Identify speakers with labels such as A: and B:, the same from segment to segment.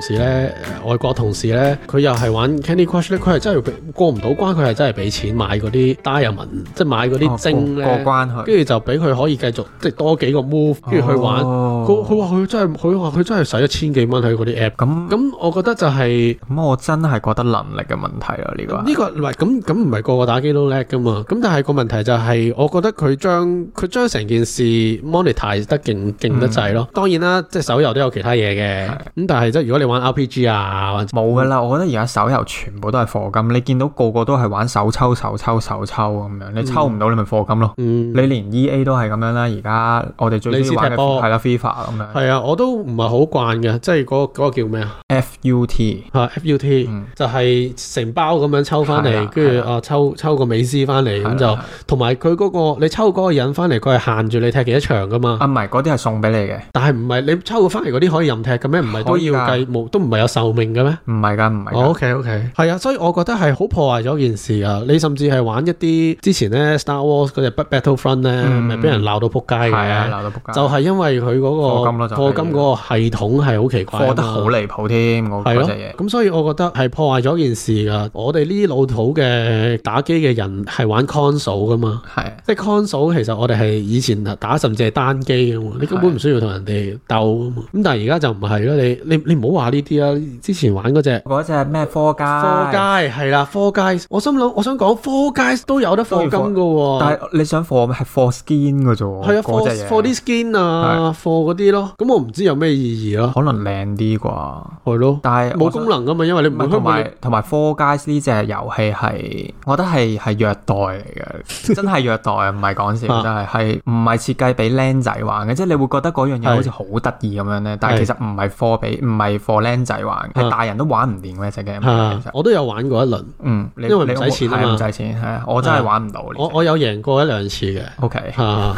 A: 事咧，誒外國同事咧，佢又係玩 Candy Crush 咧，佢係真係俾過唔到關，佢係真係俾錢買嗰啲 diamond，即係買嗰啲晶
B: 哦過
A: 咧，
B: 關哦去，
A: 跟住就俾佢可以繼續即係多幾個 move，跟住去玩。佢佢話佢真係佢話佢真係使一千幾蚊喺嗰啲 app。
B: 咁咁
A: 咁我覺得就係、
B: 咁，我真係覺得能力嘅問題啊咯，呢個係
A: 呢、個唔係咁咁唔係個個打機都叻噶嘛，咁但係個問題就係、我覺得佢將佢將成件事 monetize 得勁勁得滯
B: 嗯
A: 咯。當然啦，即係手遊都有其他嘢嘅，咁但係即係如果你玩 RPG 啊，或者
B: 冇噶啦，我覺得而家手遊全部都係課金，你見到個個都係玩手抽手抽手抽咁樣，你抽唔到你咪課金咯。
A: 嗯
B: 你連 E A 都係咁樣啦，而家我哋最
A: 你
B: 中
A: 試
B: 意玩
A: 踢
B: 嘅
A: 波
B: 係啦 FIFA 咁樣
A: 係啊，我都唔係好慣嘅，即係嗰、個嗰個叫咩啊？
B: ，F U T
A: 啊 FUT、
B: 嗯
A: 就係成包咁樣抽翻
B: 係
A: 嚟，
B: 啦
A: 跟
B: 係
A: 住啊抽抽個美斯翻嚟，咁
B: 係啊
A: 就
B: 啦
A: 同埋佢嗰個你抽嗰個人翻嚟，佢係限住你踢幾多場噶嘛。
B: 啊，唔係嗰啲係送俾你嘅，
A: 但係唔係你抽翻嚟嗰啲可以任踢嘅咩？唔係都
B: 可以
A: 要
B: 㗎
A: 計冇，都唔係有壽命嘅咩？
B: 唔係㗎，唔係㗎。
A: O K O K，係啊，所以我覺得係好破壞咗件事啊！你甚至係玩一啲之前咧 Star Wars 嗰只 Battlefront 咧，
B: 嗯
A: 咪俾人鬧到撲街
B: 係啊，
A: 嘅，
B: 鬧到仆街，
A: 就係因為佢
B: 課
A: 嗰
B: 金咯就
A: 個
B: 係
A: 課金嗰個系統係好奇怪啊嘛，
B: 課得好離譜添，我
A: 係
B: 嗰
A: 咯
B: 隻嘢，。
A: 咁所以我覺得係破壞咗件事噶。我哋呢啲老土嘅打機嘅人係玩 console 噶嘛。
B: 係
A: 即係 console 其實我哋係以前打甚至係單機嘅嘛，你根本唔需要同人哋鬥啊嘛。咁但係而家就唔係咯，你你你唔好話呢啲啦。之前玩嗰隻
B: 嗰隻咩科街？
A: 科街係啦，科街，我心諗我想講科街都有得課金嘅
B: 但
A: 喎。
B: 係你想貨係貨 skin 嘅啫喎，
A: 哦係啊
B: 嗰隻
A: ，for for 啲
B: 嘢
A: skin 啊，for 嗰啲咯，咁我唔知有咩意義咯，
B: 可能靚啲啩，
A: 係咯，
B: 但係
A: 冇
B: 我想
A: 功能噶嘛，因為你唔
B: 唔
A: 會
B: 係
A: 開門
B: 同埋同埋 Four Guys 呢只遊戲係，我覺得係係虐待嚟 嘅，真係虐待啊！唔係講笑，
A: 啊
B: 真係係唔係設計俾僆仔玩嘅，即係你會覺得嗰樣嘢
A: 係
B: 好似好得意咁樣咧，但係其實唔係 for 俾唔係 for 僆仔玩，
A: 啊
B: 係大人都玩唔掂嘅只 game
A: 啊
B: 其實。
A: 我都有玩過一輪，
B: 嗯，你
A: 因為唔使
B: 你
A: 錢啊
B: 係
A: 嘛
B: 唔使錢係啊，我真係玩唔到呢隻。
A: 我我有贏過一兩次 嘅，
B: O K。
A: 啊，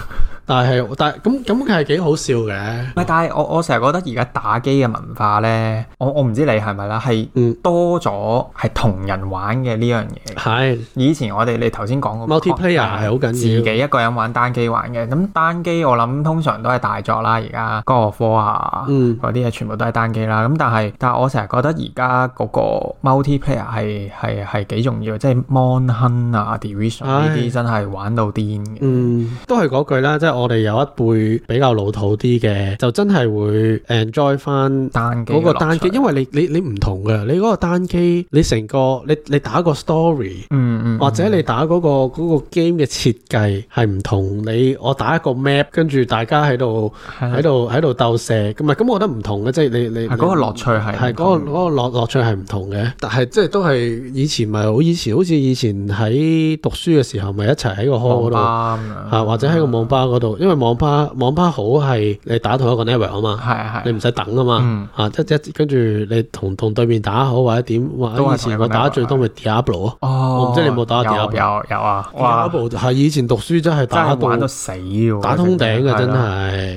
A: 但係但係咁咁係幾好笑嘅，
B: 唔係，但係我我成日覺得而家打機嘅文化咧，我我唔知你係咪啦，
A: 嗯
B: 係多咗係同人玩嘅呢樣嘢。
A: 係。
B: 以前我哋你頭先講嗰個
A: Multiplayer 係好緊要
B: 自己一個人玩單機玩嘅。咁單機我諗通常都係大作啦，而家《哥科啊
A: 嗯
B: 嗰啲嘢全部都係單機啦。咁但係但係我成日覺得而家嗰個 multiplayer 係係係幾重要，即係 Mon Hun 啊、Division 呢
A: 唉
B: 啲真係玩到癲嘅。
A: 嗯，都係嗰句啦，即係我哋有一輩比較老土啲嘅，就真係會 enjoy 翻
B: 單機
A: 嗰個
B: 嘅樂
A: 單機，
B: 趣
A: 因為你你你唔同嘅，你嗰個單機，你成個你你打個 story。
B: 嗯嗯，
A: 或者你打嗰、個嗰、個 game 嘅設計係唔同，你我打一個 map，跟住大家喺度
B: 嗯係啦
A: 喺度喺度鬥射，咁咪咁我覺得唔同嘅，即係你你
B: 係嗰個樂趣係
A: 係嗰、個嗰、個樂樂趣係唔同嘅，但係即係都係以前咪好以前，好似以前喺讀書嘅時候咪一齊喺個 hall 嗰度。
B: 網吧咁樣
A: 啊，或者喺個網吧嗰度，因為網吧網吧好係你打同一個 network 啊嘛，
B: 係係
A: 你唔使等啊嘛
B: 嗯，
A: 啊一一跟住你同同對面打好或者點，或者
B: 都
A: 以
B: 係同一
A: 前
B: 個
A: 我打
B: network，啊
A: 最多咪 Diablo 咯
B: 哦，
A: 我唔知你有冇打
B: 有
A: Diablo
B: 有有啊，哇！
A: ，Diablo 係以前讀書真係
B: 真
A: 打
B: 係玩
A: 到
B: 到死喎，
A: 打通頂嘅真
B: 係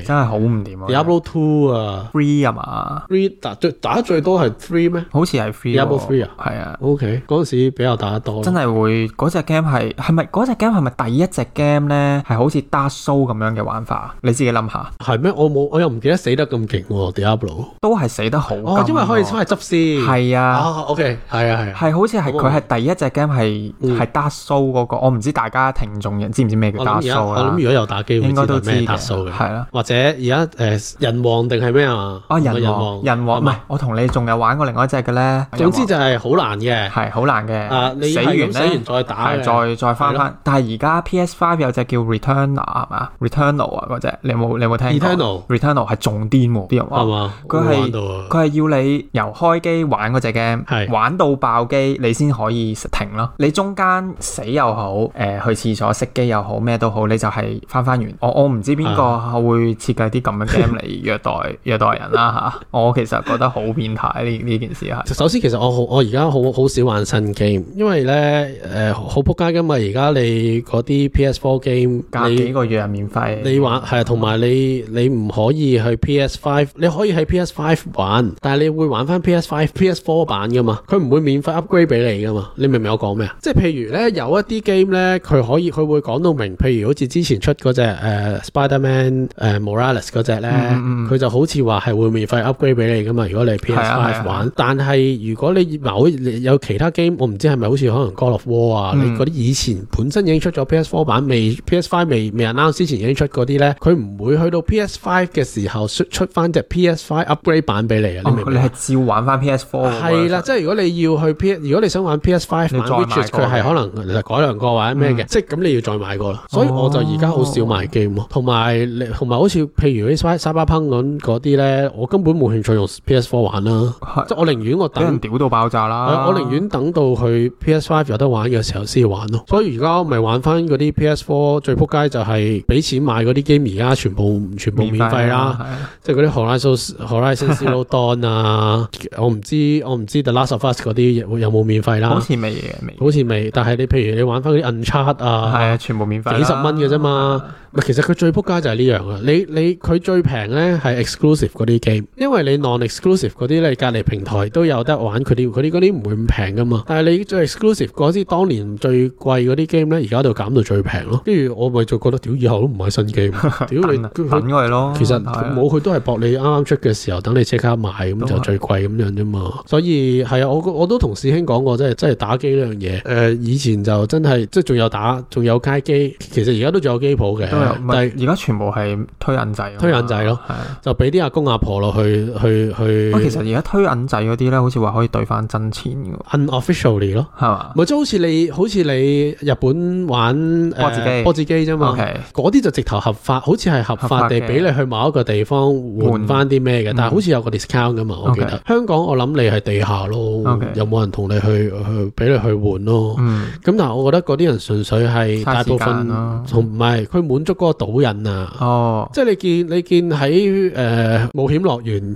A: 係
B: 真係好唔掂啊
A: ，Diablo Two 啊
B: free 啊嘛，
A: ，Three 打最打最多係 Three 咩
B: 好似係 free 喎
A: Diablo free 啊哦
B: 係啊，
A: ？OK，嗰陣時比較打得多，
B: 真係會嗰只 game 係係咪嗰只 game 係咪第一隻 game 咧係好似 Dark Soul 咁樣嘅玩法？啊你自己諗下，
A: 係咩？我冇我又唔記得死得咁勁喎，Diablo。
B: 都係死得好
A: 哦，因為可以翻去執屍。
B: 係啊。
A: 啊，OK，係啊係啊。
B: 係好似係
A: 咁啊
B: 佢係第一隻 game 係
A: 嗯
B: 係 Dark Soul 嗰個，我唔知大家聽眾人知唔知咩叫
A: 我諗而
B: Dark
A: 家我
B: Soul
A: 諗如
B: 啦？
A: 果有打機會
B: 啊應
A: 知
B: 該
A: 道
B: 都知
A: 咩達
B: 嘅，
A: 數嘅，
B: 係啦。
A: 或者而家誒人王定係咩啊？
B: 啊
A: 唔係
B: 人王人王
A: 係
B: 唔
A: 咪
B: 係，我同你仲有玩過另外一隻嘅咧。
A: 總之就係好難嘅。
B: 係好難嘅。
A: 啊，你
B: 死
A: 係
B: 完
A: 咁死
B: 咧
A: 完。再打
B: 係
A: 嘅，
B: 再再翻
A: 係
B: 翻，但係而家 PS Five 有隻叫 Returnal 係嘛？Returnal 啊嗰隻，你有冇你有冇聽過
A: Returnal
B: Returnal 係仲癲喎，啲人
A: 係
B: 話
A: 嘛？
B: 佢
A: 我
B: 係
A: 玩到啊，
B: 佢係要你由開機玩嗰只 game，
A: 係
B: 玩到爆機你先可以停咯。你中間死又好，誒、去廁所熄機又好，咩都好，你就係翻翻完。我我唔知邊個
A: 啊
B: 會設計啲咁嘅 game 嚟 虐待虐待人啦嚇。我其實覺得好變態呢呢件事係。
A: 首先，其實我好我而家好好少玩新 game，因為呃咧誒好撲街噶嘛。而家你嗰啲 PS4 game，
B: 隔
A: 你
B: 幾個月係免費係
A: 你玩係啊，同埋你你唔可以去 PS Five，你可以喺 PS Five 玩，但係你會玩翻 PS Five、PS Four 版噶嘛？佢唔會免費 upgrade 俾你噶嘛？你明唔明我講咩啊？即係譬如咧，有一啲 game 咧，佢可以佢會講到明，譬如好似之前出嗰只誒 Spider-Man 誒、呃 Morales 嗰只咧，佢、
B: 嗯嗯嗯
A: 就好似話係會免費 upgrade 俾你噶嘛？如果你 PS
B: 係啊係啊
A: Five 玩，但係如果你某有其他 game，我唔知係咪好似可能 God of War 啊，
B: 嗯
A: 你嗰啲以前本身已經出咗 PS Four 版，未 PS Five 未未 announce 之前已經出嗰啲咧，佢唔會去到 PS Five 嘅時候出出翻只 PS Five upgrade 版俾你啊！
B: 哦
A: 你明唔
B: 你
A: 明？
B: 哦係照玩翻 PS Four
A: 係啦，即係如果你要去 P，如果你想玩 PS Five
B: 你
A: 版
B: 再買
A: ，which is
B: 過嗯
A: 佢係可能呃改良過或者咩嘅，即係咁你要再買過啦。所
B: 哦
A: 以我就而家好少買 game 咯，同埋你同埋好似譬如啲 Cyber- Cyberpunk 咁嗰啲咧，我根本冇興趣用 PS Four 玩啦。
B: 係
A: 即係我寧願我
B: 俾人
A: 等，
B: 屌到爆炸啦！
A: 我寧願等到佢 PS Five 有得玩嘅時候先玩咯。所以而家咪玩翻嗰啲 PS Four 最撲街就係俾錢買嗰啲 game，而家全部全部免費啦，
B: 啦，
A: 即係嗰啲 Horizon Horizon Zero Dawn 啊，我唔知我唔知 The Last of Us 嗰啲有有冇免費
B: 係好
A: 啦，
B: 似未嘢未，
A: 好似未。但係你譬如你玩翻嗰啲 Uncharted 啊。
B: 係啊，全部免費啦，啊
A: 幾十蚊嘅啫嘛，唔係其實佢最撲街就係呢樣啊！你你佢最平咧係 exclusive 嗰啲 game，因為你 non-exclusive 嗰啲咧隔離平台都有得玩，佢啲佢啲嗰啲唔會咁平噶嘛。但係你最 exclusive 嗰啲當年最貴嗰啲 game 咧，而家就減到最平咯。跟住我咪就覺得屌，以後都唔買新 game，屌你
B: 等啊
A: 佢
B: 等佢咯。
A: 其實
B: 係啊
A: 冇佢都係搏你啱啱出嘅時候，等你即刻買咁
B: 都
A: 就
B: 係
A: 最貴咁樣啫嘛。所以係啊，我我都同師兄講過，即係即係打機呢樣嘢。誒、
B: 嗯
A: 以前就真係即係仲有打，仲有街機，其實而家都仲有機鋪嘅
B: 都有，唔，
A: 但係
B: 係而家全部係推銀仔啊嘛，
A: 推銀仔咯
B: 係啊。
A: 就俾啲阿公阿婆落去去去
B: 喂，哦其實而家推銀仔嗰啲咧，好似話可以兌翻真錢嘅喎，
A: unofficially 咯。
B: 係嘛
A: 咪即係好似你，好似你日本玩誒
B: 波子機
A: 波子機啫嘛。
B: ？OK，
A: 嗰啲就直頭合法，好似係合
B: 合
A: 法
B: 法
A: 地
B: 嘅
A: 俾你去某一個地方換翻啲咩嘅，
B: 嗯
A: 但係好似有個 discount 噶嘛，我記得。香港我諗你係地下咯
B: OK，
A: 有冇人同你去去俾你去換咯？
B: 嗯，
A: 咁但係我覺得嗰啲人純粹係哦大部
B: 嘥時間
A: 分
B: 咯
A: 同唔係佢滿足嗰個賭癮啊，
B: 哦，
A: 即係你見你見喺誒、呃冒險 樂園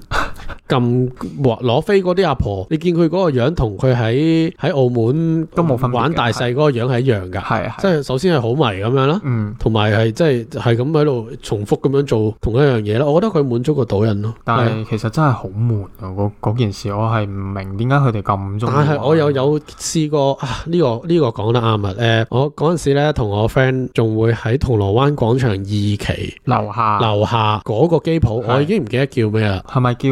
A: 撳攞飛嗰啲阿婆，你見佢嗰個樣同佢喺喺澳門
B: 都冇分別嘅
A: 玩大細嗰個樣係一樣㗎，
B: 係係，
A: 即係首先係好迷咁樣啦。
B: 嗯，
A: 同埋係即係係咁喺度重複咁樣做同一樣嘢啦。我覺得佢滿足個賭人咯。
B: 但
A: 係啊
B: 係其實真係好悶啊！嗰嗰件事我係唔明點解佢哋咁中意玩。
A: 但係我又有試過啊！呢、個呢、個講得啱啊！誒、我嗰陣時咧同我 friend 仲會喺銅鑼灣廣場二期
B: 樓下
A: 樓下嗰個機鋪，
B: 啊係
A: 我已經唔記得叫咩啦，
B: 係咪叫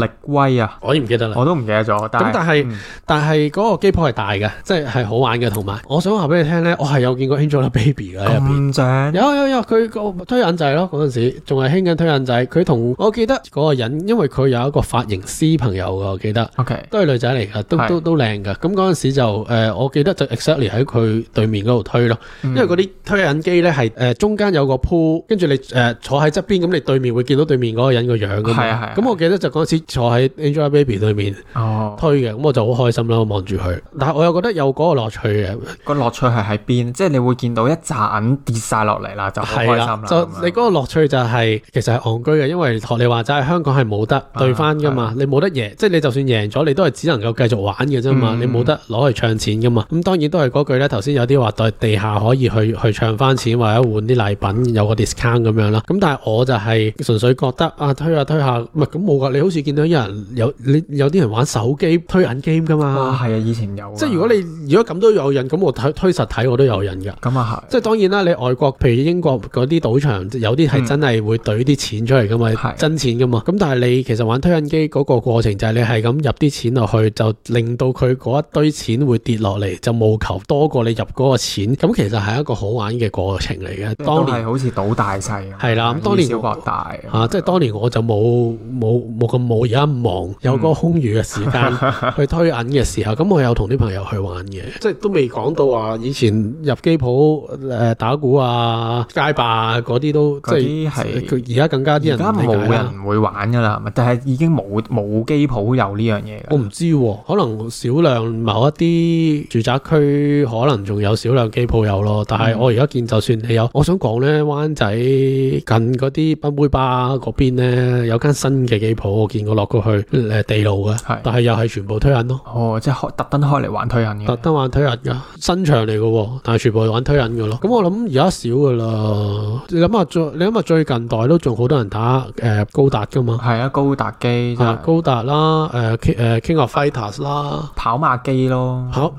B: 力威啊？
A: 我已經唔記得啦。
B: 我都唔記得咗。但嗯
A: 咁但係但係嗰個機鋪係大嘅，即係係好玩嘅，同埋我想話俾你聽咧，我係有見過 Angelababy 嘅喺入邊。
B: 嗯咁正，
A: 有有有，佢個推引仔咯，嗰陣時仲係興緊推引仔。佢同我記得嗰個人，因為佢有一個髮型師朋友㗎，我記得
B: OK，
A: 都係女仔嚟㗎，都
B: 係
A: 都都靚㗎。咁嗰陣時就誒、呃我記得就 exactly 喺佢對面嗰度推咯，因
B: 嗯
A: 為嗰啲推引機咧係誒中間有個鋪，跟住你誒、呃坐喺側邊，咁你對面會見到對面嗰個人個樣㗎
B: 係啊係
A: 嘛
B: 啊。
A: 咁我記得就嗰陣時坐喺 Angelababy 對面
B: 哦，
A: 推嘅，咁我就好開心啦，我望住佢。
B: 嗯
A: 但係我又覺得有嗰個樂趣嘅。
B: 個樂趣係喺邊？即係你會見到一紮銀跌晒落嚟啦，就好開
A: 係
B: 心啦
A: 啦。，就你嗰個樂趣就係、其實係戇居嘅，因為學你話齋，香港係冇得
B: 啊
A: 對翻噶嘛，你冇得贏，即係你就算贏咗，你都係只能夠繼續玩嘅啫嘛，
B: 嗯
A: 你冇得攞去唱錢噶嘛。咁當然都係嗰句咧，頭先有啲話對地下可以去去唱翻錢或者換啲禮品有個 discount 咁樣啦。咁但係我就係純粹覺得啊，推下推下，唔係咁冇噶，你好似見到有人有你有啲人玩手機推銀 game 噶
B: 哇，
A: 嘛，
B: 係啊，以前有啊。
A: 即係如果你如果咁都有人，咁我推推實體我都有人㗎。
B: 咁啊係，
A: 即係當然啦，你外國譬如英國嗰啲賭場，有啲係真係會懟啲錢出嚟噶嘛，
B: 嗯係
A: 真錢噶嘛。咁但係你其實玩推印機嗰個過程就係你係咁入啲錢落去，就令到佢嗰一堆錢會跌落嚟，就務求多過你入嗰個錢。咁其實係一個好玩嘅過程嚟嘅。當
B: 當年
A: 年
B: 嗯好似賭大細咁，
A: 係啦咁當年
B: 以小博大
A: 啊，即係當年我就冇冇冇咁冇而家咁忙，有
B: 嗯
A: 嗰個空餘嘅時間 去推銀嘅時候，咁我有同啲朋友去玩嘅，即係都未講到話以前入機鋪誒、呃打鼓啊、街霸啊嗰啲都即
B: 嗰
A: 係
B: 啲係
A: 佢而家更加啲
B: 而
A: 人
B: 家
A: 唔理
B: 冇
A: 解啦。
B: 人會玩噶啦，係咪？但係已經冇冇機鋪有呢樣嘢㗎
A: 我唔知喎、可能少量某一啲住宅區可能仲有少量機鋪有咯，但
B: 嗯
A: 係我而家見就算你有，我想講呢，灣仔近嗰啲賓妹吧嗰邊呢，有間新嘅機鋪，我見練過落過去誒地牢嘅
B: 係，
A: 但係又係全部推人咯。
B: 哦，即係開特登開嚟玩推人
A: 特
B: 嘅，
A: 登玩推人噶，新場嚟嘅喎，但係全部係玩推人嘅咯。咁我諗而家少噶啦。你諗下最，你諗下最近代都仲好多人打誒、呃高達噶嘛？
B: 係啊，高達機真
A: 啊，
B: 係
A: 高達啦，誒、呃、Ki- 呃 King of Fighters 啦，
B: 跑馬機咯，
A: 跑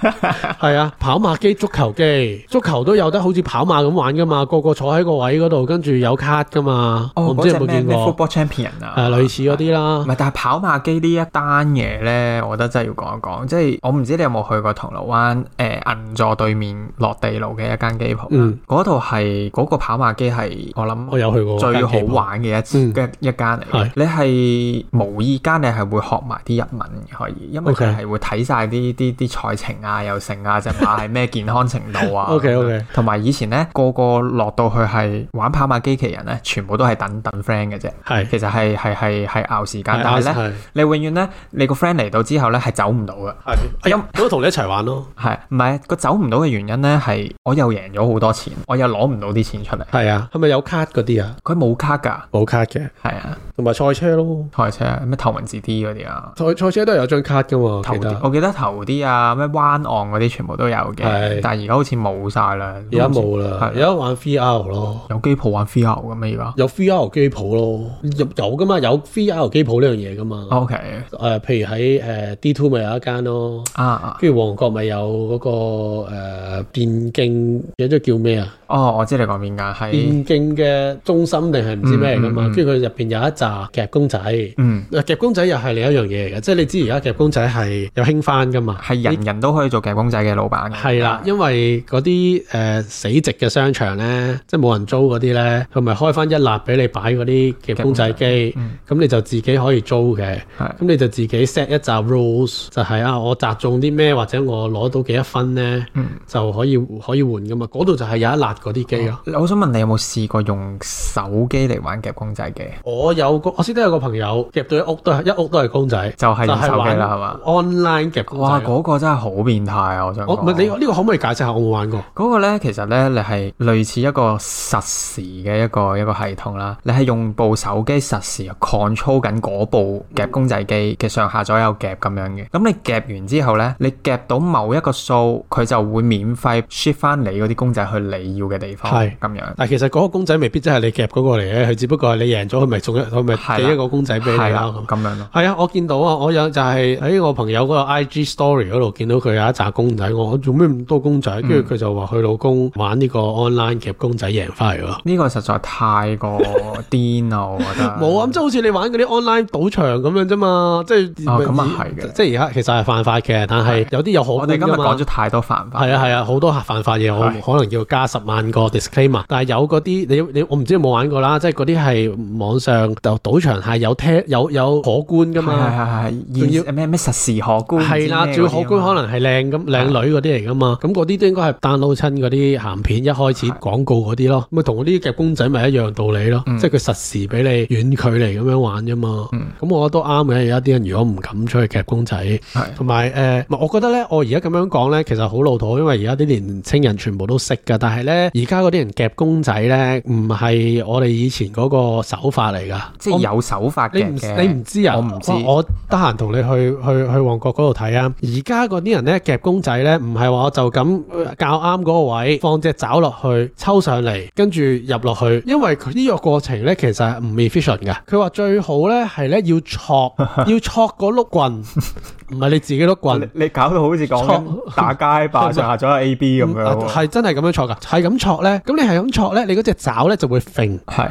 A: 係啊，跑馬機、足球機、足球都有得好似跑馬咁玩噶嘛，個個坐喺個位嗰度，跟住有卡噶嘛。
B: 哦，
A: 我唔
B: 嗰
A: 知有
B: 隻
A: 冇
B: 咩
A: 見
B: 咩
A: 過，
B: Football Champion 啊，
A: 誒類似嗰啲啦
B: 唔。係，但係跑馬機呢一單嘢咧，我覺得真係要講一講。即係我唔知你有冇去過銅鑼灣誒、呃、銀座對面落地牢嘅一間機鋪啦
A: 嗯
B: 嗰度係嗰個跑馬機係我
A: 我
B: 諗
A: 有去過
B: 最
A: 間
B: 好
A: 機鋪
B: 玩嘅一次
A: 嗯
B: 嘅一間嚟
A: 係。
B: 嘅你係無意間你係會學埋啲日文嘅可以，因為佢
A: OK
B: 係會睇晒啲啲啲賽程啊、又剩啊、隻馬係咩健康程度啊。
A: OK，OK
B: 同埋以前咧個個落到去係玩跑馬機器人咧，全部都係等等 friend 嘅啫。
A: 係
B: 其實係係係係熬時間，
A: 係
B: 但係咧。
A: 係
B: 你永遠咧，你個 friend 嚟到之後咧係走唔到嘅，
A: 係，哎呀，我都同你一齊玩咯。
B: 係唔係個走唔到嘅原因咧係我又贏咗好多錢，我又攞唔到啲錢出嚟，
A: 係啊，係咪有卡嗰啲啊？
B: 佢冇卡㗎，
A: 冇卡嘅，
B: 係啊，
A: 同埋賽車咯。
B: 賽車啊咩頭文字 D 嗰啲啊，
A: 賽賽車都係有張卡噶嘛，
B: 頭
A: 記得
B: 啲哦我記得頭啲啊，咩灣岸嗰啲全部都有嘅
A: 係，
B: 但係而家好似冇晒啦，
A: 而家冇啦，而
B: 係啊
A: 家玩 VR 咯，
B: 有機鋪玩 VR 嘅咩而家
A: 有 VR 機鋪咯，有有噶嘛，有 VR 機鋪呢樣嘢噶嘛。誒、
B: ？OK
A: 呃譬如喺誒、D Two 咪有一間咯，
B: 啊啊，
A: 跟住旺角咪有嗰、個誒、電競，有咗叫咩啊？
B: 哦，我知你講邊間係，
A: 電競嘅中心定係唔知咩嚟噶嘛？
B: 嗯嗯嗯嗯
A: 跟住佢入邊有一紮夾公仔，誒
B: 嗯，
A: 夾公仔又係另一樣嘢嚟嘅，即係你知而家夾公仔係有興翻噶嘛？
B: 係人人都可以做夾公仔嘅老闆嘅，
A: 係啦，因為嗰啲誒死寂嘅商場咧，即係冇人租嗰啲咧，佢咪開翻一立俾你擺嗰啲嘅公仔機，咁、
B: 嗯
A: 你就自己可以租嘅，
B: 係
A: 咁你就自己 set 一紮 rules，就係啊，我擲中啲咩或者我攞到幾多分咧，
B: 嗯
A: 就可以可以換噶嘛。嗰度就係啊有一立嗰啲機咯。
B: 我想問你有冇試過用手機嚟玩夾公仔嘅？
A: 我有個我識得有個朋友夾到一屋都係一屋都係公仔，
B: 就係用手機啦，係嘛
A: 玩？online 夾公
B: 哇！
A: 仔。啊
B: 嗰、個真係好變態啊！我想
A: 我
B: 講，
A: 唔係你呢個可唔可以解釋下？我冇玩過。
B: 嗰個咧，其實咧，你係類似一個實時嘅一個一個系統啦。你係用部手機實時啊 control 緊嗰部夾公仔機嘅上下左右夾咁樣嘅。咁你夾完之後咧，你夾到某一個數，佢就會免費 ship 翻你嗰啲公仔去你要嘅地方，
A: 係
B: 咁樣。
A: 但啊其實嗰個公仔未必真係你夾嗰個嚟嘅，佢只不過係你贏咗，佢咪送一，佢咪
B: 係啦
A: 寄一個公仔俾你
B: 係啦
A: 啦。，
B: 咁樣咯。
A: 係啊，我見到啊，我有就係喺我朋友嗰個 IG story 嗰度見到佢有一紮公仔，我我做咩咁多公仔？跟
B: 嗯
A: 住佢就話佢老公玩呢個 online 夾公仔贏翻嚟喎。
B: 呢個實在太過癲啦，我覺得。
A: 冇啊，咁即係好似你玩嗰啲 online 賭場咁樣啫嘛，即係
B: 哦咁啊係嘅
A: 即係而家其實係犯法嘅，但係有啲有可
B: 我哋今日
A: 觀㗎嘛
B: 講咗太多犯法。
A: 係啊係啊，好多犯法嘢，我
B: 係
A: 可能要加十萬個 disclaimer。但係有嗰啲你你我唔知有冇玩過啦，即係嗰啲係網上就賭場係有聽有有可觀噶嘛。
B: 係係係
A: 啊仲
B: 係，
A: 要
B: 要咩咩實時荷官
A: 係啦，最可
B: 啊
A: 觀可能係靚咁靚女嗰啲嚟噶嘛，咁嗰啲都應該係 download 親嗰啲鹹片一開始
B: 係
A: 廣告嗰啲咯，咪同嗰啲夾公仔咪一樣道理咯，
B: 嗯
A: 即係佢實時俾你遠距離咁樣玩啫嘛。
B: 嗯
A: 咁我覺得都啱嘅，而家啲人如果唔敢出去夾公仔，
B: 係
A: 同埋誒，呃唔係我覺得咧，我而家咁樣講咧，其實好老土，因為而家啲年青人全部都識㗎。但係咧，而家嗰啲人夾公仔咧，唔係我哋以前嗰個手法嚟㗎。
B: 即係有手法
A: 你
B: 嘅
A: 唔
B: 嘅。
A: 你唔知啊？
B: 我唔知
A: 哇我得閒同你去去去旺角嗰度睇啊！而家嗰啲人咧夾公仔咧，唔係話我就咁呃較啱嗰個位，放隻爪落去，抽上嚟，跟住入落去。因為佢呢個過程咧，其實係唔 efficient 嘅。佢話最好咧係咧要戳，要戳嗰碌棍，唔係你自己碌棍。
B: 你你搞到好似講緊打 街霸上下咗 A B 咁樣
A: 嗯
B: 喎，
A: 係真係咁樣戳㗎，係咁戳咧，咁你係咁戳咧，你嗰隻爪咧就會揈，
B: 係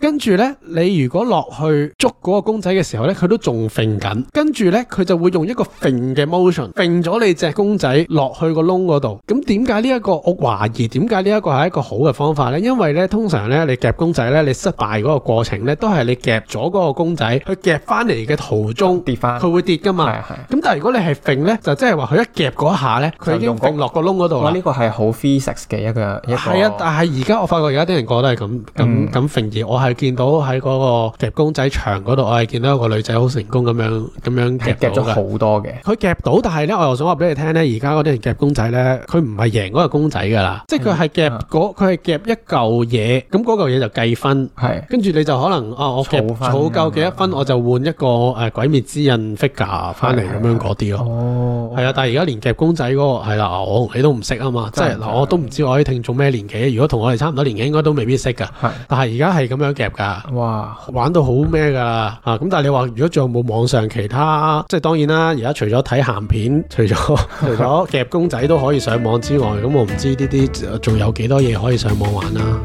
A: 跟住咧，你如果落去捉嗰個公仔嘅時候咧，佢都仲揈緊，跟住咧佢就會用一個揈嘅 motion 揈咗你隻公仔落去個窿嗰度。咁點解呢一個我懷疑點解呢一個係一個好嘅方法咧？因為咧通常咧你夾公仔咧，你失敗嗰個過程咧都係你夾咗嗰個公仔，佢夾翻嚟嘅途中
B: 跌翻
A: 佢會跌㗎嘛。
B: 係係。
A: 咁啊但係如果你係揈咧，就即係話佢一夾嗰一下咧，佢已
B: 就
A: 經
B: 用嗰
A: 揈落個窿嗰度
B: 哇！
A: 啦
B: 呢。個係好 physics 嘅一個一個
A: 啊係啊，但係而家我發覺而家啲人個個都係咁咁
B: 嗯
A: 咁揈而我係係見到喺嗰個夾公仔牆嗰度，我係見到有個女仔好成功咁樣咁樣
B: 係
A: 夾
B: 夾咗
A: 到嘅。
B: 好多嘅。
A: 佢夾到，但係咧，我又想話俾你聽咧，而家嗰啲人夾公仔咧，佢唔係贏嗰個公仔㗎啦，即係佢係夾
B: 嗯
A: 嗰佢係夾一嚿嘢，咁嗰嚿嘢就計分。
B: 係
A: 跟住你就可能啊，我夾
B: 儲嗯分
A: 儲夠幾多分，
B: 咁樣
A: 我就換一個誒、呃鬼滅之刃 figure 翻嚟
B: 係
A: 咁樣嗰啲咯。
B: 哦
A: 係啊，但係而家連夾公仔嗰、個係啦，我同你都唔識啊嘛，即
B: 真係
A: 係
B: 唔識
A: 嗱，我都唔知我啲聽眾咩年紀，如果同我哋差唔多年紀，應該都未必識噶。
B: 係
A: 但係而家係咁樣夾㗎。
B: 哇，
A: 玩到好咩噶啦啊！咁但係你話如果仲有冇網上其他，即係當然啦。而家除咗睇鹹片， 除咗 除咗夾公仔都可以上網之外，咁我唔知呢啲呃仲有幾多嘢可以上網玩啊啦、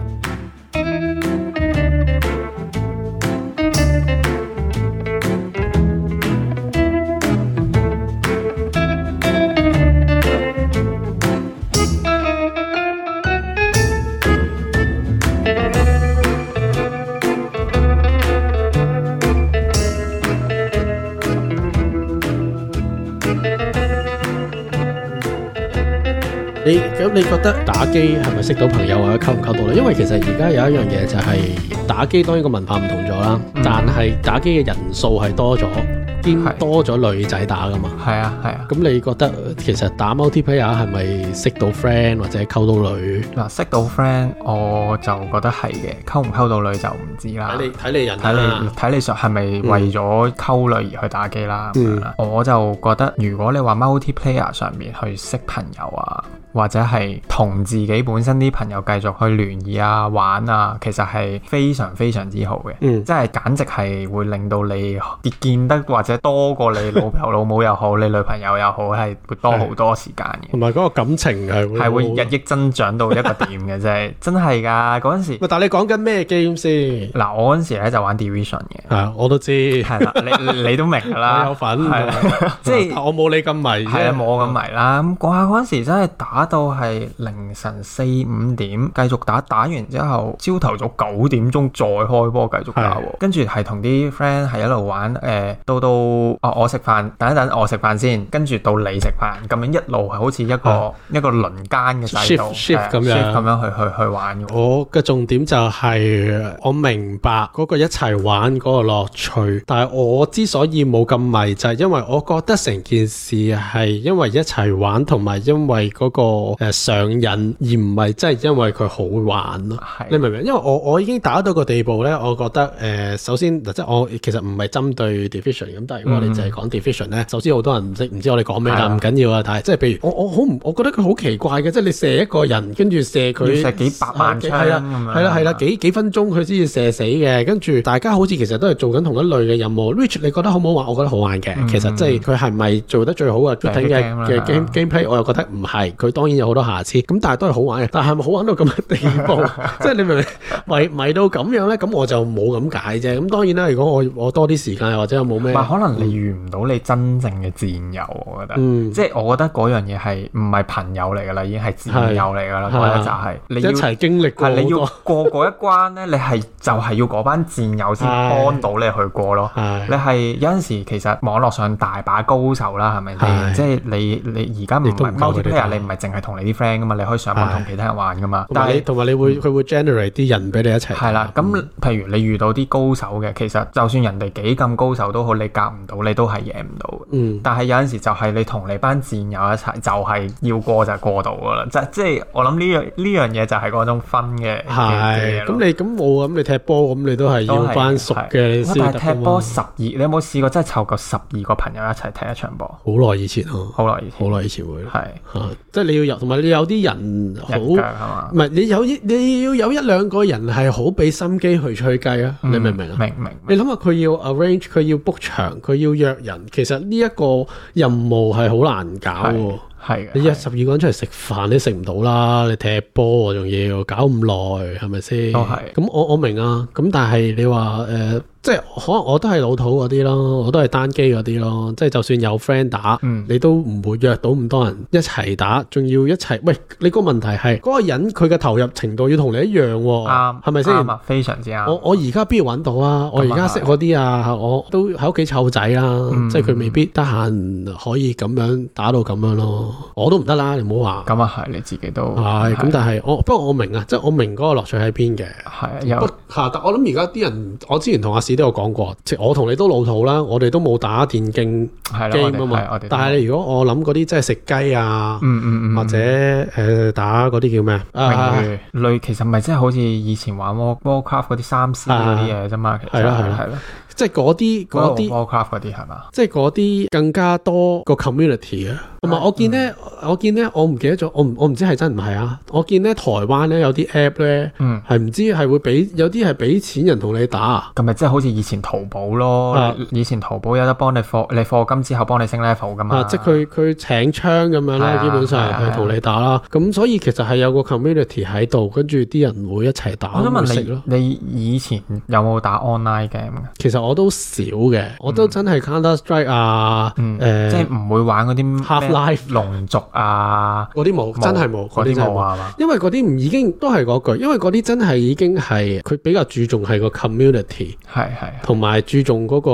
A: 你咁你覺得打機係咪識到朋友或者溝唔溝到咧？因為其實而家有一樣嘢就係打機，當然個文化唔同咗啦，
B: 嗯
A: 但係打機嘅人數係多咗，兼
B: 係
A: 多咗女仔打噶嘛。
B: 係啊係啊。
A: 咁你覺得呃其實打 multiplayer 係咪識到 friend 或者溝到女？
B: 嗱，識到 friend 我就覺得係嘅，溝唔溝到女就唔知啦。
A: 啊睇你睇你人
B: 睇你睇你想係咪為咗溝女而去打機啦咁樣啦。我就覺得如果你話 multiplayer 上面去識朋友啊，或者係同自己本身啲朋友繼續去聯誼啊、玩啊，其實係非常非常之好嘅。
A: 嗯
B: 即係簡直係會令到你見見得或者多過你老婆老母又好，你女朋友又好，係會多好多時間嘅，
A: 同埋嗰個感情係會
B: 係會日益增長到一個點嘅，真係真係㗎。嗰陣時
A: 喂，但係你講緊咩 game 先？
B: 嗱，我嗰陣時咧就玩 Division 嘅。
A: 啊，我都知，
B: 係啦，你你你都明㗎
A: 我
B: 啦，
A: 有份，
B: 係啦，即係 啊
A: 但我冇你咁迷啫，
B: 係啊，冇咁迷啦。咁嗰下嗰陣時真係打到係凌晨四五點，繼續打，打完之後朝頭早九點鐘再開波繼續打喎。跟住係同啲 friend 係一路玩，誒、到到哦我食飯，等一等我食飯先，跟住到你食飯，咁樣一路係好似一個一個輪奸嘅制度
A: Shift- shift
B: 係啊
A: 啊咁樣
B: ，shift 咁樣去去去玩嘅喎。
A: 我嘅重點就係我明白嗰個一齊玩嗰個樂趣，但係我之所以冇咁迷就係因為我覺得成件事係因為一齊玩同埋因為嗰個誒上癮，而唔係真係因為佢好玩咯。
B: 係
A: 你明唔明？因為我我已經打到個地步咧，我覺得誒、呃首先嗱，即係我其實唔係針對 division 咁，但係如果我哋淨係講 division 咧，首先好多人唔識，唔知我哋講咩，
B: 嗯係啊
A: 但係唔緊要啊。但係即係譬如我我好唔，我覺得佢好奇怪嘅，即係你射一個人，跟住射佢啊
B: 要射幾百萬槍
A: 係啦
B: 咁樣
A: 係啦係啦，幾幾分鐘佢先至射死嘅，跟住大家好似其實都係做緊同一類嘅任務。Rich 你覺得好唔好玩？我覺得好玩嘅，
B: 嗯
A: 其實即係佢係咪做得最好嘅 shooting 嘅
B: game 啦
A: 嘅 game gameplay，我又覺得唔係，佢當然有好多瑕疵，咁但係都係好玩嘅。但係咪好玩到咁嘅地 步？即係你明唔明？迷迷到咁樣咧，咁我就冇咁解啫。咁當然啦，如果我我多啲時間或者有冇咩
B: 唔，係可能你遇唔到你真正嘅戰友，我覺得，
A: 嗯
B: 即係我覺得嗰樣嘢係唔係朋友嚟噶啦，已經係戰友嚟噶啦，
A: 係啊
B: 嗰一就係你
A: 一
B: 要
A: 齊經歷過
B: 係
A: 好
B: 你要
A: 多，
B: 過嗰一關咧，你係就係要嗰班戰友先
A: 係
B: 幫到你去過咯。
A: 係
B: 你係有陣時其實網絡上大把高手啦，係咪
A: 係
B: 先？即係你你而家唔
A: 你都唔
B: 係
A: 夠佢哋打
B: multiplayer，你唔係淨係同你啲 friend 噶嘛，你可以上網
A: 係
B: 同其他人玩噶嘛。
A: 同
B: 但
A: 埋你嗯
B: 係
A: 同埋你會佢會 generate 啲人俾你一齊
B: 係啦，咁譬如你遇到啲高手嘅，其實就算人哋幾咁高手都好，你夾唔到，你都係贏唔到。
A: 嗯。
B: 但係有陣時就係你同你班戰友一齊，就係、要過就過到噶啦，即即係我諗呢樣呢樣嘢就係嗰種分嘅嘅
A: 系，
B: 嘅嘢咯
A: 咁你咁冇咁你踢波咁你都係
B: 都係
A: 要班熟嘅
B: 係哇
A: 先
B: 但
A: 得
B: 係
A: 㗎
B: 踢波
A: 嘛。
B: 十二，你有冇試過真係湊夠十二個朋友一齊踢一場波？
A: 好耐以前咯，
B: 好耐以
A: 好
B: 前，
A: 耐以前會啦，
B: 係
A: 嚇即係你要有，同埋你有啲人好，
B: 人腳
A: 唔
B: 係嘛？
A: 係你有一你要有一兩個人係好俾心機去吹雞啊，你明唔明
B: 嗯
A: 啊？
B: 明明
A: 你諗下佢要 arrange，佢要 book 場，佢要約人，其實呢一個任務係好難搞喎。
B: 係嘅
A: 你約十二個人出嚟食飯，你食唔到啦！你踢波啊仲要搞咁耐，係咪先？
B: 都係
A: 咁我我明啊，咁但係你話誒、呃即係可能我都係老土嗰啲咯，我都係單機嗰啲咯。即係就算有 friend 打，
B: 嗯
A: 你都唔會約到咁多人一齊打，仲要一齊。喂，你個問題係嗰、個人佢嘅投入程度要同你一樣喎、
B: 啱，
A: 係咪先？
B: 啱啊，非常之
A: 我
B: 啱。
A: 我而家邊度揾到啊？我而家識嗰啲啊，我都喺屋企湊仔啦，
B: 嗯
A: 即係佢未必得閒可以咁樣打到咁樣咯。我都唔得啦，你唔好
B: 咁啊係，你自己都
A: 話。係咁，但係我不過我明啊，即係我明嗰個樂趣喺邊嘅。
B: 係
A: 不
B: 有
A: 嚇，但我諗而家啲人，我之前同阿史都有講過，即係我同你都老土啦，我哋都冇打電競
B: 係啦，
A: game 啊
B: 我哋係
A: 嘛
B: 我哋。
A: 但係
B: 都
A: 你如果我諗嗰啲即係食雞啊，
B: 嗯嗯嗯，
A: 或者誒打嗰啲叫咩啊？
B: 明月類其實咪真係好似以前玩 War- Warcraft 嗰啲三 C 嗰啲嘢啫嘛，其
A: 啊係
B: 實
A: 啦係啦
B: 係啦，
A: 即係嗰啲嗰
B: 嗰
A: 啲
B: 啲。Warcraft 嗰啲係嘛？
A: 即係嗰啲更加多個 community 啊，同埋
B: 嗯
A: 我見咧，我見咧，我唔記得咗，我唔我唔知係真唔係啊！我見咧台灣咧有啲 app 咧
B: 嗯，
A: 係唔知係會俾有啲係俾錢人同你打，
B: 咁咪即係好似以前淘寶咯
A: 啊，
B: 以前淘寶有得幫你課你課金之後幫你升 level 噶嘛，
A: 啊！即係佢佢請槍咁樣
B: 係啊
A: 啦，基本
B: 係
A: 上
B: 啊
A: 係同你打啦。咁所以其實係有個 community 喺度，跟住啲人會一齊打，
B: 我想
A: 會食
B: 問
A: 咯。
B: 你，你以前有冇打 online game 嘅？
A: 其實我都少嘅，我都真係 Counter Strike 啊，
B: 嗯，
A: 誒
B: 即係唔會玩嗰啲
A: Half-Life
B: 龍族啊，
A: 嗰啲冇，真係冇，嗰
B: 嗰啲
A: 啲真係
B: 冇
A: 冇。
B: 啊係嘛？
A: 因為嗰啲唔已經都係嗰句，因為嗰啲真係已經係佢比較注重係個 community，
B: 係係
A: 同埋注重嗰個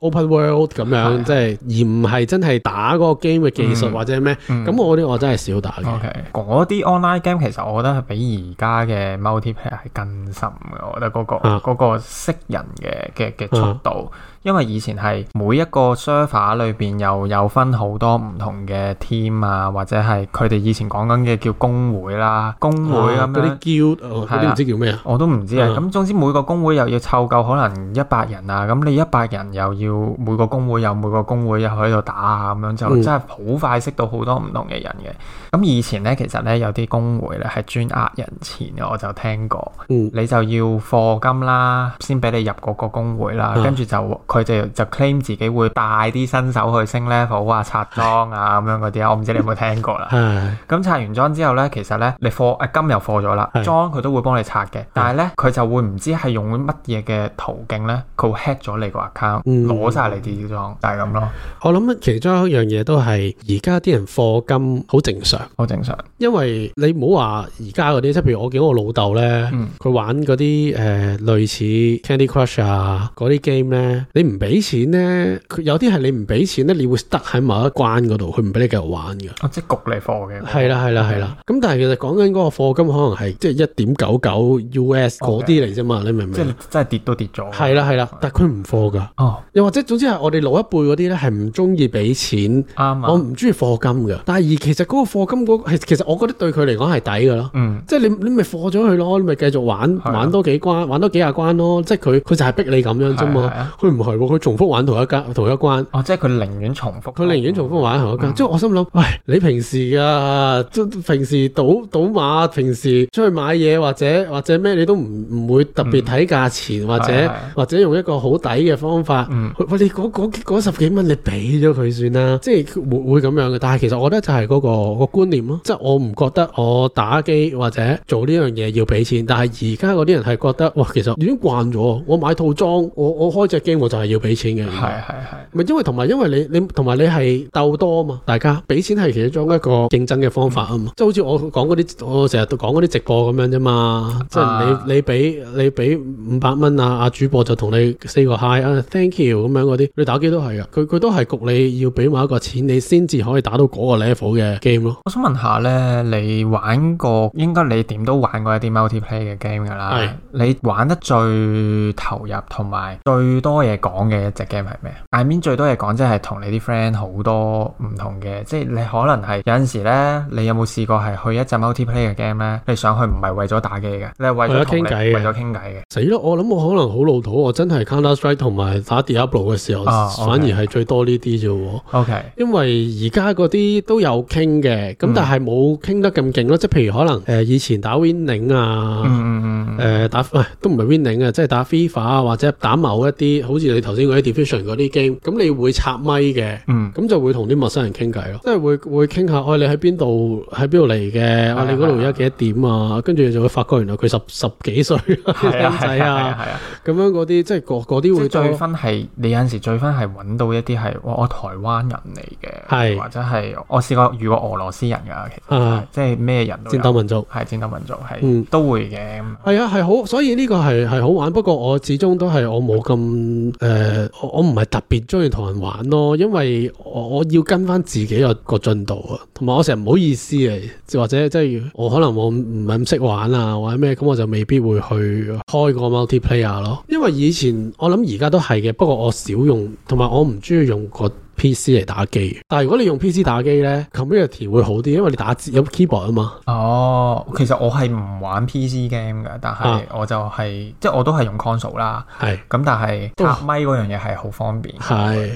A: open world 咁樣，即係而唔係真係打嗰個 game 嘅技術
B: 啊嗯
A: 或者咩。咁我嗰啲我真係少打嘅。
B: OK，嗰啲 online game 其實我覺得係比而家嘅 multiplayer 係更深嘅，我覺得嗰、個
A: 啊
B: 嗰、個識人嘅嘅嘅速度，因為以前係每一個 server 裏邊又有分好多唔同嘅 team 啊，或者係佢哋以前講緊嘅叫工會啦，工會咁
A: 啊
B: 樣。
A: 嗰啲 guild 哦
B: 係
A: 嗰
B: 啦
A: 啲唔知叫咩啊？
B: 我都唔知
A: 嗯
B: 啊，咁總之每個工會又要湊夠可能一百人啊，咁你一百人又要每個工會又每個工會又喺度打啊，咁樣就
A: 嗯
B: 真係好快識到好多唔同嘅人嘅。咁以前呢，其實呢，有啲工會呢係專呃人錢嘅，我就聽過，
A: 嗯
B: 你就要課金啦，先俾你入嗰個工會啦，
A: 嗯
B: 跟住就佢哋就 claim 自己會帶啲新手去升 level 啊、拆裝啊咁樣嗰啲啊，我唔知你有冇聽過啦。
A: 係
B: 咁拆完裝之後咧，其實咧你貨誒金又貨咗啦，
A: 係
B: 裝佢都會幫你拆嘅，但係咧佢就會唔知係用乜嘢嘅途徑咧，佢會 hack 咗你個 account，
A: 嗯
B: 攞晒你啲裝，就係咁咯，
A: 我諗其中一樣嘢都係而家啲人課金好正常。
B: 好正常。
A: 因為你唔好話而家嗰啲，即係譬如我見我老豆咧
B: 嗯，
A: 佢、玩嗰啲誒類似 Candy Crush 啊嗰啲 game 咧，你唔俾錢咧，佢有啲係你唔俾錢咧，你會得喺某一關嗰度，佢唔俾你繼續玩嘅。
B: 哦，即係焗你貨嘅。
A: 係啦，係啦，係啦。咁但係其實講緊嗰個課金可能係即係一點九九 US 嗰啲嚟啫嘛，哦你明唔
B: 即
A: 明
B: 係？真係跌都跌咗。
A: 係啦，係啦，但係佢唔課㗎。
B: 哦，
A: 又或者總之係我哋老一輩嗰啲咧係唔中意俾錢，
B: 啱
A: 我
B: 啊，
A: 唔中意課金嘅。但係而其實嗰個課金嗰、係其實我覺得對佢嚟講係抵㗎咯。
B: 嗯，
A: 即係你你咪貨咗佢咯，你咪繼續玩
B: 係啊
A: 玩多幾關，玩多幾廿關咯。即係佢佢就係逼你咁樣啫
B: 係啊
A: 嘛
B: 係啊。
A: 佢唔係喎，佢重複玩同一間同一關。
B: 哦，即係佢寧願重複。嗯
A: 佢寧願重複玩同一間，即係我心諗，喂，你平時啊，即平時賭賭馬，平時出去買嘢或者或者咩，你都唔唔會特別睇價錢，或
B: 嗯係啊係
A: 者
B: 啊
A: 或者用一個好抵嘅方法，
B: 嗯
A: 喂喂，你嗰嗰嗰十幾蚊你俾咗佢算啦，即係會會咁樣嘅。但係其實我覺得就係嗰個個觀念咯，即係我唔覺得我打機或者做呢樣嘢要俾錢，但係而家嗰啲人係覺得，哇，其實已經慣咗，我買套裝，我我開隻 game 我就係要俾錢嘅。
B: 係係係。
A: 咪因為同埋因為你你同埋你係鬥多啊嘛，大家俾錢係其中一個競爭嘅方法啊嘛，即係好似我講嗰啲，我成日都講嗰啲直播咁樣啫嘛，即係
B: 啊
A: 你你俾你俾五百蚊啊，阿主播就同你 say 個 hi 啊，thank you 咁樣嗰啲，你打機都係啊噶，佢佢都係焗你要俾某一個錢，你先至可以打到嗰個 level 嘅 game 咯。
B: 我想問下咧，你玩過應該你點都玩過一啲 multiplayer 嘅 game 㗎啦
A: 係。
B: 你玩得最投入同埋最多嘢講嘅一隻 game 係咩？I mean 最多嘢講即係同你啲 friend 好多唔同嘅，即係你可能係有陣時咧，你有冇試過係去一隻 multiplayer 嘅 game 咧？你上去唔係為咗打機嘅，你係為咗
A: 為咗
B: 同你
A: 傾偈嘅
B: 為咗傾偈嘅。
A: 死咯！我諗我可能好老土，我真係 Counter Strike 同埋打 Diablo 嘅時候，
B: 啊，OK
A: 反而係最多呢啲啫喎。
B: OK，
A: 因為而家嗰啲都有傾嘅，咁
B: 嗯
A: 但係冇傾得咁勁咯。即係譬如可能誒、呃以前打 Winning 啊，誒、呃
B: 嗯嗯嗯嗯，
A: 打、喂都唔係 Winning 啊，即係打 FIFA 啊，或者打某一啲好似你你頭先嗰啲 diffusion 嗰啲 game，咁你會插咪嘅。
B: 嗯，
A: 咁就會同啲陌生人傾偈咯，即係會會傾下，哦，你喺邊度喺邊度嚟嘅？哦，你嗰
B: 啊
A: 度而家幾多點啊？跟住就會發覺原來佢十十幾歲啊啲
B: 係啊，
A: 僆仔
B: 係啊，
A: 啊，
B: 係啊，
A: 咁樣嗰啲即係嗰嗰
B: 即
A: 啲
B: 係
A: 會
B: 最
A: 多。
B: 分係你有陣時最分係揾到一啲係哇我台灣人嚟嘅，
A: 係
B: 或者係我試過遇過俄羅斯人㗎，其實
A: 啊
B: 即係咩人都
A: 戰
B: 有，
A: 鬥民族
B: 係戰鬥民族係
A: 嗯
B: 都會嘅。
A: 係啊，係好，所以呢個係係好玩。不過我始終都係我冇咁誒，我我唔係特別中意同人玩咯，因為我我要跟翻自己個個進度啊，同埋我成日唔好意思啊，或者即係我可能我唔唔係咁識玩啊，或者咩咁，我就未必會去開個 multiplayer 咯。因為以前我諗而家都係嘅，不過我少用，同埋我唔中意用個。P.C. 嚟打機，但係如果你用 P.C. 打機呢 c o m m u n i t y 會好啲，因為你打字有 keyboard 啊嘛。
B: 哦，其實我係唔玩 PC game 嘅，但係
A: 啊
B: 我就係、即係我都係用 console 啦。
A: 係。
B: 咁但係
A: 都
B: 插咪嗰樣嘢係好方便，
A: 係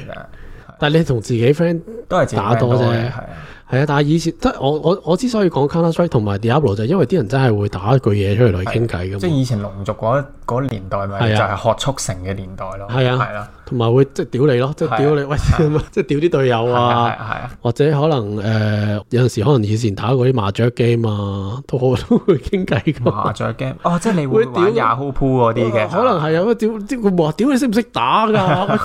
A: 但係你同自己 friend
B: 都係自己
A: 打多啫
B: friend 多嘅係啊
A: 係啊，但係以前即係我我我之所以講 Counter Strike 同埋 Diablo 就係因為啲人真係會打一句嘢出嚟嚟傾偈
B: 即
A: 咁，
B: 係以前龍族嗰嗰年代咪
A: 係
B: 就
A: 啊
B: 係學速成嘅年代咯，
A: 係啊
B: 係啦，
A: 同埋會即係屌你咯，即係屌你喂， 即係屌啲隊友
B: 係啊，係
A: 啊，
B: 啊係啊，
A: 或者可能誒、呃有陣時可能以前打嗰啲麻雀 game 啊，都好 都會傾偈噶。
B: 麻雀 game 哦，即係你會
A: 會
B: 玩
A: 屌
B: Yahoo Pool 嗰啲嘅，
A: 可能係啊！喂，屌屌佢話屌你識唔識打㗎？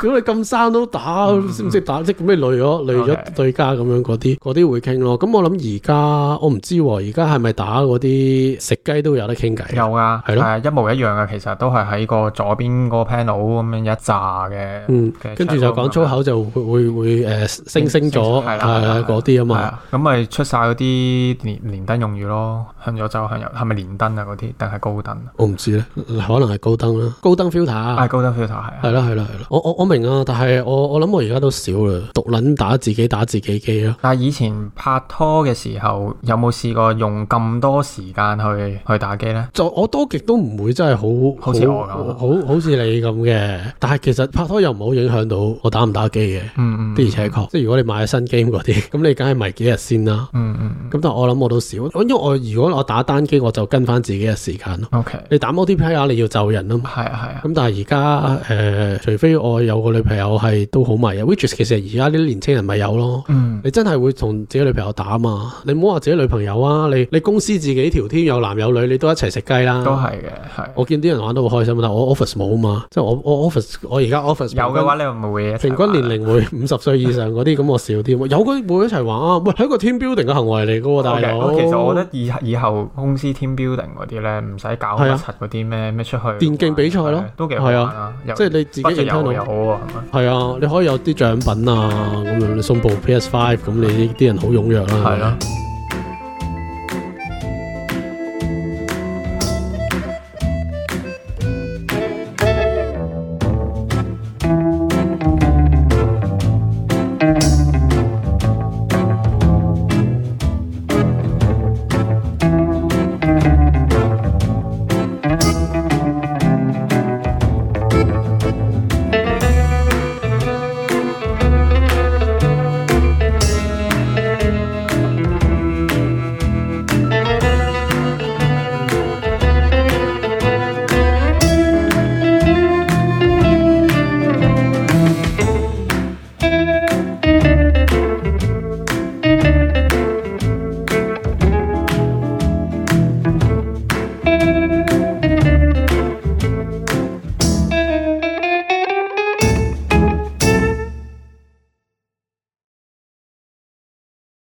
A: 喂，屌你咁生都打，
B: 嗯
A: 識唔識打？即係咁你累咗累
B: OK
A: 咗對家咁樣嗰啲，嗰啲會傾咯。咁我諗而家我唔知喎，而家係咪打嗰啲食雞都有得傾偈？
B: 有噶，
A: 係咯
B: 啊一模一樣嘅，其實都係喺個左邊嗰個 panel 咁樣一紮嘅，
A: 嗯
B: 嘅，
A: 跟住
B: chat
A: 就
B: room
A: 講粗口就會會會誒升升咗
B: 係
A: 係
B: 啦係啦
A: 啊嗰啲啊
B: 係
A: 嘛，
B: 啊，咁咪出晒嗰啲連連登用語咯，向左走向右，係咪連登啊嗰啲，定係高登啊？
A: 我唔知咧，可能係高登啦，高登 filter 啊
B: 係高登 filter 係啊
A: 係啦係啦係啦，我我我明啊，但係我我諗我而家都少啦，獨撚打自己打自己機咯，
B: 但係以前拍拖嘅時候，有冇試過用咁多時間去去打機呢？
A: 就我多極都唔會真係好
B: 好似我咁
A: 好好似你咁嘅，但係其實拍拖又唔好影響到我打唔打機嘅，
B: 嗯
A: 的而且確，即係如果你買新 game 嗰啲， 咁你梗係咪幾日先啦。
B: 嗯嗯嗯
A: 咁但係我諗我都少，因為我如果我打單機，我就跟翻自己嘅時間咯。
B: 嗯，OK，
A: 你打 multiplayer 你要就人啊嘛。
B: 係啊係啊，
A: 咁但係而家誒，呃除非我有個女朋友係都好迷啊，which is 其實而家啲年青人咪有咯。
B: 嗯
A: 你真係會同自己女朋友打嘛？你唔好話自己女朋友啊，你你公司自己條 team 有男有女，你都一齊食雞啦。
B: 都係嘅，係
A: 我見啲人玩都好開心，但我 office 冇啊嘛，即係我我 office 我而家 office
B: 有嘅話你咪會一齊
A: 平均
B: 玩
A: 年齡會五十歲以上嗰啲，咁我少啲喎。有嗰啲會一齊玩啊，喂，係一個 team building 嘅行為嚟嘅喎，大
B: OK，
A: 佬。
B: 其實我覺得以以後公司 team building 嗰啲咧，唔使搞乜
A: 係啊
B: 柒嗰啲咩咩出去
A: 電競比賽咯
B: 都幾好玩啊！又
A: 即係你自己
B: 不就
A: i
B: 有
A: n
B: 又好喎，係咪？
A: 係啊，你可以有啲獎品啊，咁樣你送部 PS Five，咁你啲人好踴躍啦。
B: 係咯。